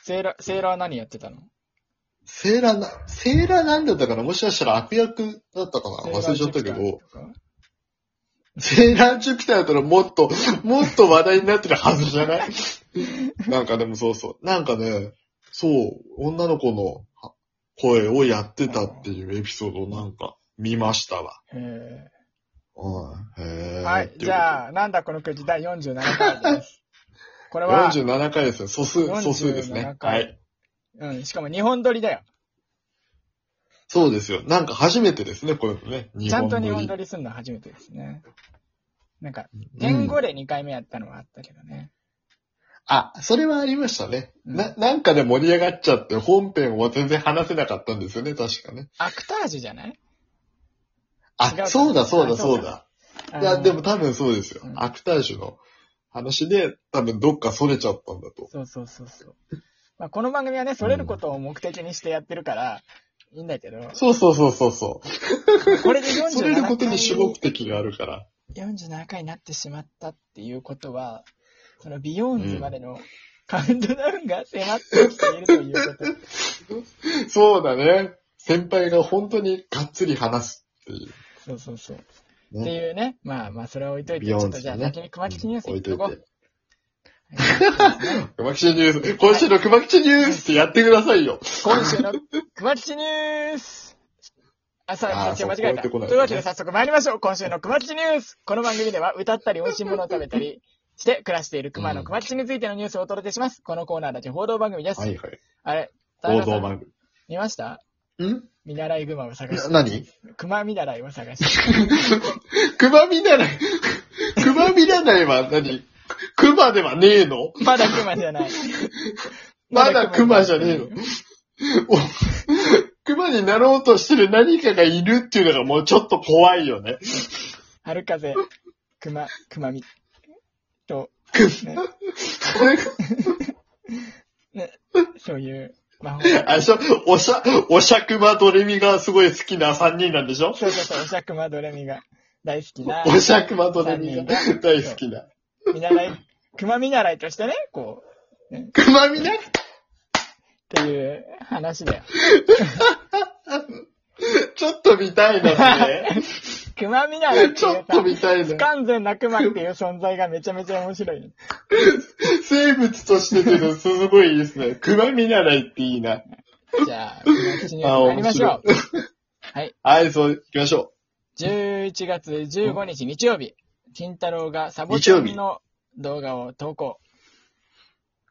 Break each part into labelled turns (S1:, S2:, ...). S1: セーラー、セーラー何やってたの
S2: セーラーな、セーラーなんだったかなもしかしたら悪役だったかな忘れちゃったけど、。セーラージュピターだったらもっと、もっと話題になってるはずじゃ ないなんかでもそうそう。なんかね、そう、女の子のは声をやってたっていうエピソードをなんか見ましたわ。
S1: え
S2: うん。
S1: ー
S2: へー
S1: はい、じ
S2: あ。
S1: ゃあ、なんだこのくじ第47回 です。これは、
S2: 47回ですね。素数、素数ですね
S1: 47。回
S2: はい。
S1: うん、しかも日本撮りだよ。
S2: そうですよ。なんか初めてですね、これね。
S1: ちゃんと日本
S2: 撮
S1: 撮
S2: り
S1: りするのは初めてですね。なんか、言語で2回目やったのはあったけどね。
S2: あ、それはありましたね。
S1: うん
S2: な、なんかで盛り上がっちゃって、本編を全然話せなかったんですよね、確かね。
S1: アクタージュじゃない違うか
S2: あ、そうだ、そう
S1: あそ
S2: だ、そう
S1: だ
S2: うだ。
S1: あ
S2: いや、
S1: の
S2: でも多分そうですよ
S1: う。ん
S2: アクタージュの話で、多分どっか逸れちゃったんだと。
S1: そうそうそうそう。まあ、この番組はね、それることを目的にしてやってるから、いいんだ けど、
S2: そうそうそうそうそう。
S1: これで47回。
S2: それることに主目的があるから。
S1: 47回になってしまったっていうことは、そのビヨーンズまでのカウントダウンが迫ってきているということ。
S2: そうだね。先輩が本当にがっつり話すっていう。
S1: そうそうそう。
S2: ね
S1: っていうね。まあまあ、それは置いといて、
S2: ビ
S1: ちょ
S2: ヨー
S1: っ
S2: ン
S1: と
S2: ズ
S1: じゃあ
S2: ね
S1: 先に熊吉ニュース
S2: 置
S1: 行っ
S2: いと
S1: と
S2: い
S1: こ
S2: て
S1: う。。
S2: 熊吉ニュース、今週の熊吉ニュースってやってくださいよ。
S1: 今週の熊吉ニュースあ、そう、
S2: あ
S1: さ
S2: ー
S1: っき間違
S2: そう
S1: え
S2: こう
S1: た。とい
S2: やってこないう
S1: わけで早速参りましょう。今週の熊吉ニュースこの番組では歌ったり美味しいものを食べたりして暮らしている熊の熊吉についてのニュースをお届けします。このコーナーだけ報道番組です。
S2: はいはい。
S1: あれ、田
S2: 報
S1: 中さ
S2: 道
S1: ん
S2: 番
S1: 見ました
S2: 組。ん
S1: 見習い熊を探して。
S2: 何
S1: 熊見習いを探して。
S2: 熊見習い、熊見習いは何熊ではねえの
S1: まだ熊じゃない。
S2: まだ熊じゃねえのお熊になろうとしてる何かがいるっていうのがもうちょっと怖いよね。
S1: 春風、熊、熊見。と、ねね、そういう魔 法。
S2: あれでしょおしゃ、おしゃくまドレミがすごい好きな3人なんでしょ
S1: そうそうそう、おしゃくまドレミが大好きな、
S2: おしゃくまドレミが大好きな。
S1: 見習い、熊見習いとしてね、こう、
S2: 熊見習い
S1: っていう話だよ。
S2: ちょっと見たいな、ね。
S1: 熊見習い って
S2: ち
S1: い
S2: ょ
S1: う
S2: っ
S1: さ
S2: と、見たい
S1: 不
S2: な。
S1: 完全な熊っていう存在がめちゃめちゃ面白いね。
S2: 生物としてっていうのすごいいいですね。熊見習いっていいな。
S1: じゃあ、熊吉ニュース参りましょう。はい。
S2: はい、そう、行きましょ
S1: 11月15日日曜日、金太郎がサボテン
S2: 日
S1: の動画を投稿。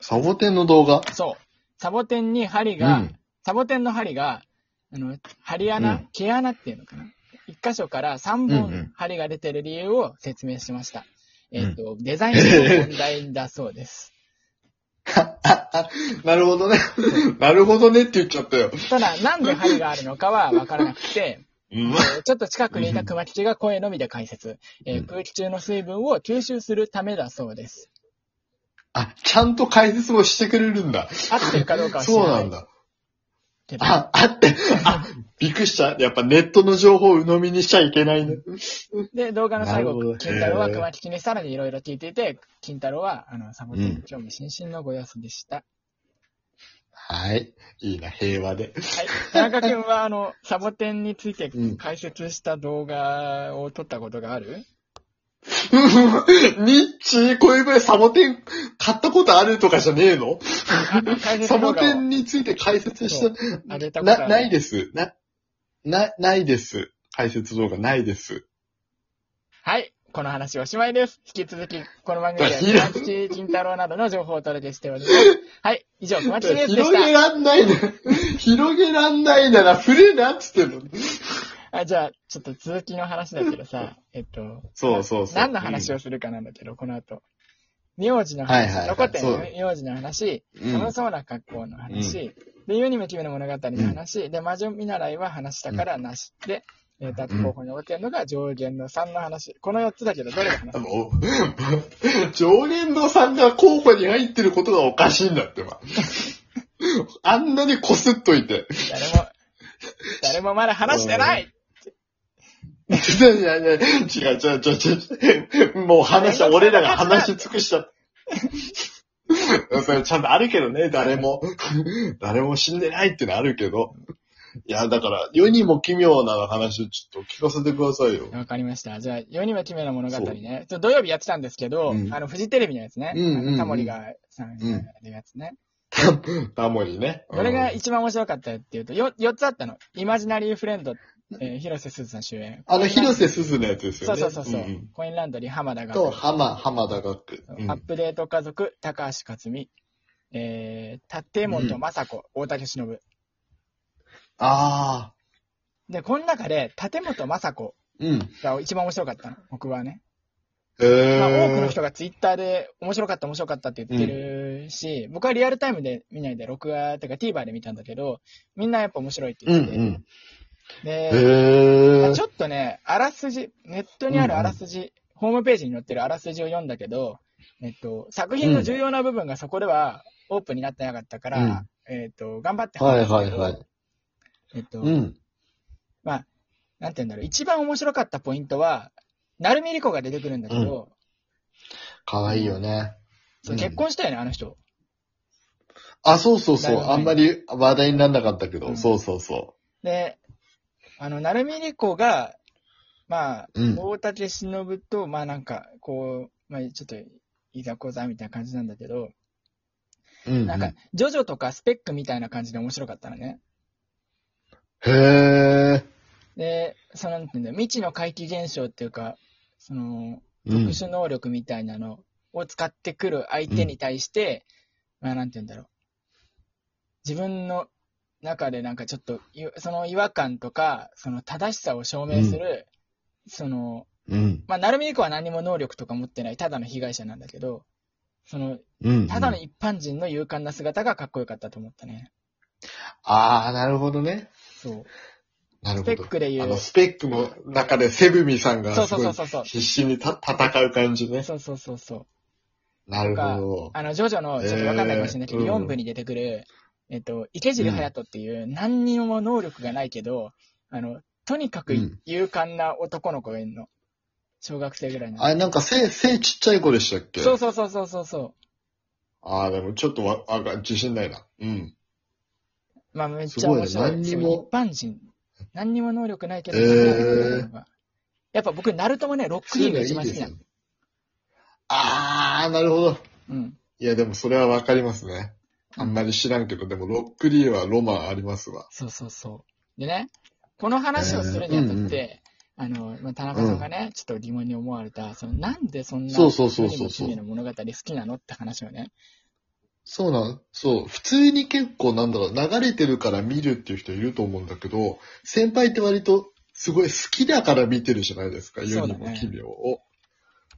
S2: う。サボテンの動画
S1: そう。サボテンに針が、サボテンの針が、あの、針穴、
S2: うん
S1: 毛穴っていうのかな。一箇所から3
S2: うんう
S1: 本
S2: ん
S1: 針が出てる理由を説明しました。
S2: ん
S1: えっ、と、デザインの問題だそう です。
S2: なるほどね。 なるほどねって言っちゃったよ。
S1: ただ、なんで針があるのかは分からなくて、
S2: うん。
S1: えーちょっと近くにいた熊吉が声のみで解説、えー
S2: うん
S1: 空気中の水分を吸収するためだそうです。
S2: あ、ちゃんと解説もしてくれるんだ。
S1: 合ってるかどうかは知
S2: そう
S1: ら
S2: な
S1: ない
S2: んだ。
S1: けど。
S2: あ、あって、あ、びっくりした。やっぱネットの情報を鵜呑みにしちゃいけないね。
S1: で、動画の最後
S2: なるほ、ど
S1: 金太郎は
S2: へー
S1: 熊吉にさらにいろいろ聞いていて、金太郎は、あの、サボテンに興味津々のご様子でした。
S2: はい。いいな、平和で。
S1: はい。田中君は、あの、サボテンについて
S2: うん
S1: 解説した動画を撮ったことがある
S2: ニッチ、こういう場合サボテン買ったことあるとかじゃねえの
S1: あ解説
S2: サ
S1: 動
S2: ボ
S1: 画
S2: テ
S1: を
S2: ンについて解説した。
S1: あげたことあ
S2: な、
S1: る。
S2: ないです。な、な、ないです。解説動画ないです。
S1: はい。この話おしまいです。引き続き、この番組では、
S2: いや
S1: 熊吉金太郎などの情報をお届けしております。はい。以上、熊吉ニュースで
S2: 広
S1: し
S2: げらんないな。広げらんないなら、触れなっつってんの。
S1: た。あじゃあ、ちょっと続きの話だけどさ、えっと、
S2: そうそうそう。
S1: 何の話
S2: を、
S1: をするかなんだけど、この後。名字の話、
S2: はいはいはい
S1: 残ってん
S2: そう
S1: の
S2: だ
S1: 名字の話、
S2: うん
S1: 楽しそうな格好の話、で、ユニムキムの物語の話、で、魔女見習いは話したからなし、で、えー、だって候補に置いてるのが上限の3の話。この4つだけど、どれが話す
S2: もう常連堂さんが候補に入ってることがおかしいんだってば。あんなにこすっといて。
S1: 誰 も、誰もまだ話してない
S2: いやいやいや、違う違う違う違う。もう話した、俺らが話し尽くした。それちゃんとあるけどね、誰も。誰も死んでないってのあるけど。いや、だから、世にも奇妙な話をちょっと聞かせてくださいよ。
S1: わかりました。じゃあ、世にも奇妙な物語ね。ちょ土曜日やってたんですけど、
S2: うん
S1: あの、フジテレビのやつね。
S2: うんうんうん
S1: あのタモリがさんやるやつね。
S2: タモリね。
S1: どれが一番面白かったっていうと、よ、4つあったの。イマジナリーフレンド、えー広瀬すずさん主演。
S2: あの、広瀬すずのやつですよ
S1: そう
S2: ね。
S1: そうそうそう、
S2: んん
S1: コインランドリー浜田が、
S2: と、浜、浜田学区。うん
S1: アップデート家族、高橋克実。えー、立本雅子、大竹しのぶ。
S2: ああ。
S1: で、この中で、立本雅子
S2: うん。
S1: が一番面白かったの。僕はね。
S2: へえ。
S1: まあ、多くの人がツイッターで面白かった面白かったって言ってるし、僕はリアルタイムで見ないで、録画っていうか TVer で見たんだけど、みんなやっぱ面白いって
S2: うん
S1: 言
S2: う
S1: ってて。
S2: ん。
S1: で、
S2: へえ
S1: ち。ょっとね、あらすじ、ネットにあるあらすじ、ホームページに載ってるあらすじを読んだけど、えっと、作品の重要な部分がそこではオープンになってなかったから、えっと、頑張って話
S2: はい
S1: した
S2: は
S1: け
S2: い
S1: ど
S2: はい。
S1: えっと、
S2: うん。
S1: なんて言うんだろう、一番面白かったポイントは、成海莉子が出てくるんだけど、
S2: かわいいよね。
S1: そう結婚したよね、あの人。
S2: あ、そうそうそ
S1: だ
S2: う。
S1: よね
S2: あんまり話題にならなかったけど、
S1: うん
S2: そうそうそ
S1: で、あの、成海莉子が、まあ、
S2: う。うん。
S1: 大竹しのぶと、まあなんか、こう、まあちょっと、いざこざみたいな感じなんだけど、
S2: うん
S1: なんか、ジョジョとかスペックみたいな感じで面白かったのね。
S2: へえ。
S1: で、その、なんていうんだよ未知の怪奇現象っていうか、その、
S2: うん
S1: 特殊能力みたいなのを使ってくる相手に対して、まあ、なんていうんだろう。自分の中でなんかちょっとい、その違和感とか、その正しさを証明する、その、
S2: うん。
S1: まあ、なるみりこは何も能力とか持ってない、ただの被害者なんだけど、その、
S2: うん。
S1: ただの一般人の勇敢な姿がかっこよかったと思ったね。
S2: ああ、なるほどね。
S1: そう。
S2: なる
S1: ス
S2: ほ
S1: ペ
S2: ど
S1: ッ。クで言
S2: あ
S1: う
S2: の、。スペックの中でセブミさんが
S1: そう
S2: す
S1: そう
S2: ご
S1: そう
S2: い
S1: そうそう。
S2: 必死にた戦う感じね。
S1: そうそうそうそう。
S2: なるほど。
S1: あの、ジョジョの、ちょっとわかんないかもしれないけど、
S2: えー
S1: 4部に出てくる、えっと、池尻隼人っていう、何にも能力がないけど、あの、とにかく
S2: うん
S1: 勇敢な男の子がいるの。小学生ぐらいの。
S2: あれ、なんか背、背ちっちゃい子でしたっけ
S1: そうそうそうそうそうそ
S2: ああ、でもちょっとわ、あが、自信ないな。うん。
S1: う。まあ、めっちゃ面
S2: すご
S1: 白
S2: い
S1: い。
S2: ね何に
S1: そう
S2: も
S1: 一般人。何にも能力ないけど、
S2: えー
S1: そこまで来るのがやっぱ僕、ナルトもね、ロックリングが一番好きな
S2: そういうの
S1: の。
S2: いいですよああ、なるほど。
S1: うん。
S2: いや、でもそれはわかりますね。あんまり知らんけど、でもロックリーはロマンありますわ。
S1: そうそうそう。でね、この話をするにあたって、あの、まあ、田中さんがね、ちょっと疑問に思われた、そのなんでそんな、
S2: そうそうそうそうそう
S1: の物語好きなのって話をね。
S2: そうなんそう。普通に結構なんだろう、流れてるから見るっていう人いると思うんだけど、先輩って割とすごい好きだから見てるじゃないですか、世
S1: そう
S2: に
S1: だね
S2: も奇妙を。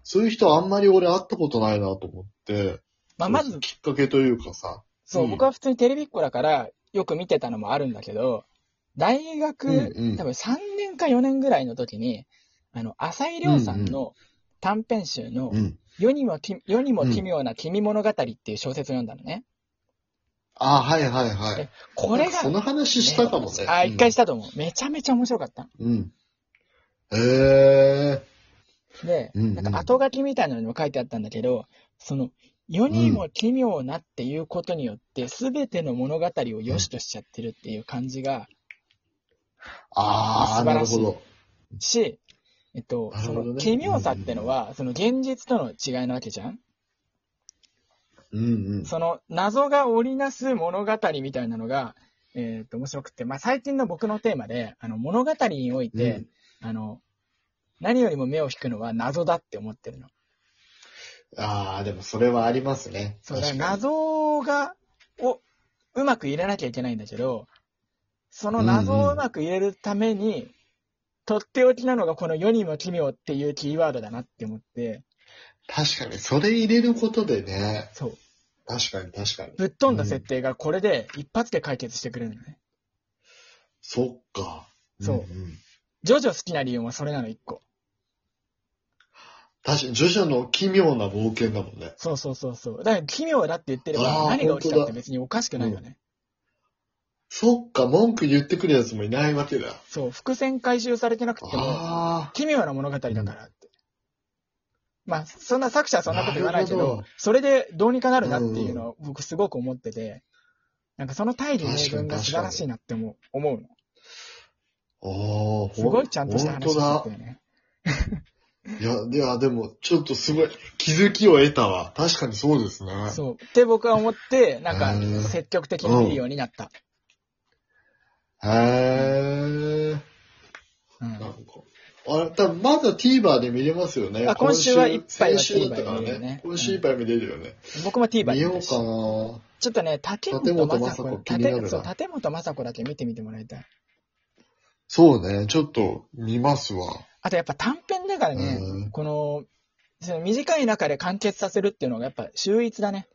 S2: そういう人あんまり俺会ったことないなと思って、
S1: まあ、まず、
S2: きっかけというかさ、
S1: そう、
S2: うん
S1: 僕は普通にテレビっ子だから、よく見てたのもあるんだけど、大学、
S2: うんうん
S1: 多分3年か4年ぐらいの時に、あの、浅井亮さんの短編集の、
S2: うん。
S1: 世にもき世にも奇妙な君物語っていう小説を読んだのね。
S2: あはいはいはい
S1: え。これ
S2: なんか
S1: が
S2: そ、の話したかもね。
S1: あ、一回したと思う。めちゃめちゃ面白かった。
S2: うん。うん。へえ
S1: で、
S2: うんうん
S1: なんか後書きみたいなのにも書いてあったんだけど、その、世にも奇妙なっていうことによって、すべての物語を良しとしちゃってるっていう感じが、
S2: ああ、
S1: 素晴
S2: な
S1: ら
S2: る
S1: しい
S2: ほど。
S1: し、えっと、
S2: なる
S1: そ
S2: ほどね
S1: の奇妙さってのは、その現実との違いなわけじゃん
S2: うんうん。
S1: その謎が織りなす物語みたいなのが、えっと、面白くて、まあ、最近の僕のテーマで、あの、物語において、あの、何よりも目を引くのは謎だって思ってるの。
S2: ああ、でもそれはありますね。
S1: そうだ
S2: 確
S1: か
S2: からに
S1: 謎が、をうまく入れなきゃいけないんだけど、その謎をうまく入れるために、とっておきなのがこの世にも奇妙っていうキーワードだなって思って、
S2: 確かに、それ入れることでね、
S1: そう。
S2: 確かに確かに。
S1: ぶっ飛んだ設定がこれで一発で解決してくれるのね。
S2: そっか。
S1: そう
S2: うんうん
S1: ジョジョ好きな理由もそれなの一個。
S2: 確かに、ジョジョの奇妙な冒険だもんね。
S1: そうそうそうそう。だから奇妙だって言ってれば
S2: あー
S1: 何が起きた
S2: 本
S1: って
S2: 当だ
S1: 別におかしくないよね。
S2: そっか、文句言ってくるやつもいないわけだ。
S1: そう、伏線回収されてなくても
S2: ああ。
S1: 奇妙な物語だからって。まあ、そんな作者はそんなこと言わないけど、
S2: なるほど
S1: それでどうにかなるなっていうのを僕すごく思ってて、なんかその大義名分が素晴らしいなって思う思うの。
S2: ああ、ほ
S1: すごいちゃんとした話して
S2: 本
S1: た
S2: 当
S1: よね。
S2: だ。いや、いや、でも、ちょっとすごい、気づきを得たわ。確かにそうですね。
S1: そう。って僕は思って、なん
S2: う
S1: か
S2: ん
S1: 積極的に見るようになった。
S2: へえ。
S1: うん
S2: なんか。あれ、多分まだ TVer で見れますよね。
S1: あ今週は一杯は
S2: 先週だったから
S1: TVer で見れるよね
S2: ね。今週いっぱい見れるよね。
S1: 僕も TVer
S2: 見
S1: で
S2: よ
S1: 見
S2: う
S1: たし
S2: かな。
S1: ちょっとね、立本雅子、
S2: 立本雅子気になる
S1: 立
S2: な
S1: そう立本雅子だけ見てみてもらいたい。
S2: そうね、ちょっと見ますわ。
S1: あとやっぱ短編だからね、
S2: うん
S1: この、その短い中で完結させるっていうのがやっぱ秀逸だね。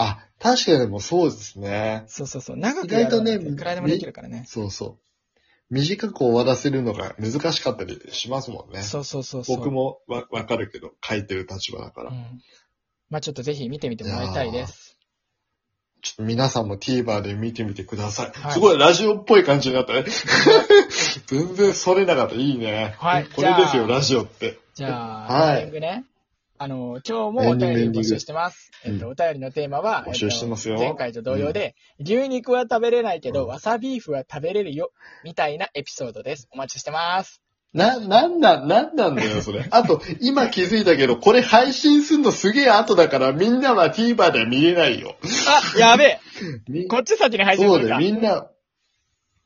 S2: あ、確かにでもそうですね。
S1: そうそうそう。長く
S2: 意外とね
S1: やるのっていくらでもできるからね。
S2: そうそう。短く終わらせるのが難しかったりしますもんね。
S1: そうそうそうそう。
S2: 僕もわ、わかるけど、書いてる立場だから。
S1: うん。まあちょっとぜひ見てみてもらいたいです。
S2: ちょっと皆さんも TVer で見てみてください。
S1: はい
S2: すごいラジオっぽい感じに なったね。全然それなかった。いいね。
S1: はい
S2: これですよ、
S1: じゃあ
S2: ラジオって。
S1: じゃあ、
S2: はい
S1: エンディングね。あの、今日もお便り募集してます。
S2: エ
S1: え
S2: ン
S1: っ
S2: ディ
S1: と、お便りのテーマは、
S2: 募集してますよ
S1: えっと前回と同様で、牛肉は食べれないけど、
S2: うん
S1: わさビーフは食べれるよ、みたいなエピソードです。お待ちしてます。
S2: な、なんだ、なんなんだよ、それ。あと、今気づいたけど、これ配信するのすげえ後だから、みんなは TVer では見れないよ。
S1: あ、やべえ
S2: み
S1: こっち先に配信
S2: そ
S1: す
S2: う
S1: る
S2: だ
S1: か
S2: よ、。みんな、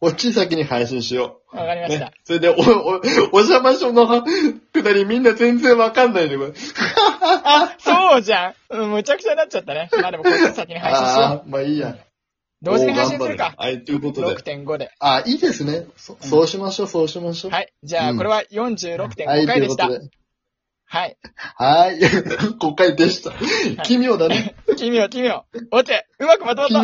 S2: こっち先に配信しよ
S1: わかり
S2: う。
S1: ました
S2: ね。。それで、お、お、お邪魔所のくだりみんな全然わかんないで、これ。
S1: あ、そうじゃん。うん、むちゃくちゃになっちゃったね。まあでもこっち先に配信しよう。
S2: あーまあいいや。
S1: 同時に配信するか
S2: お。ー頑張はい、ということで。
S1: 6.5で。
S2: あ、いいですね。そ
S1: うん
S2: そうしましょう、そうしましょう。
S1: はい。じゃあ、
S2: うん
S1: これは
S2: はい、
S1: 46.5
S2: とい
S1: 回
S2: う
S1: で
S2: こ
S1: した。
S2: とで。
S1: はい。
S2: はい、5回でした。奇妙だね。
S1: 奇妙、奇妙。おて、うまくまとまった。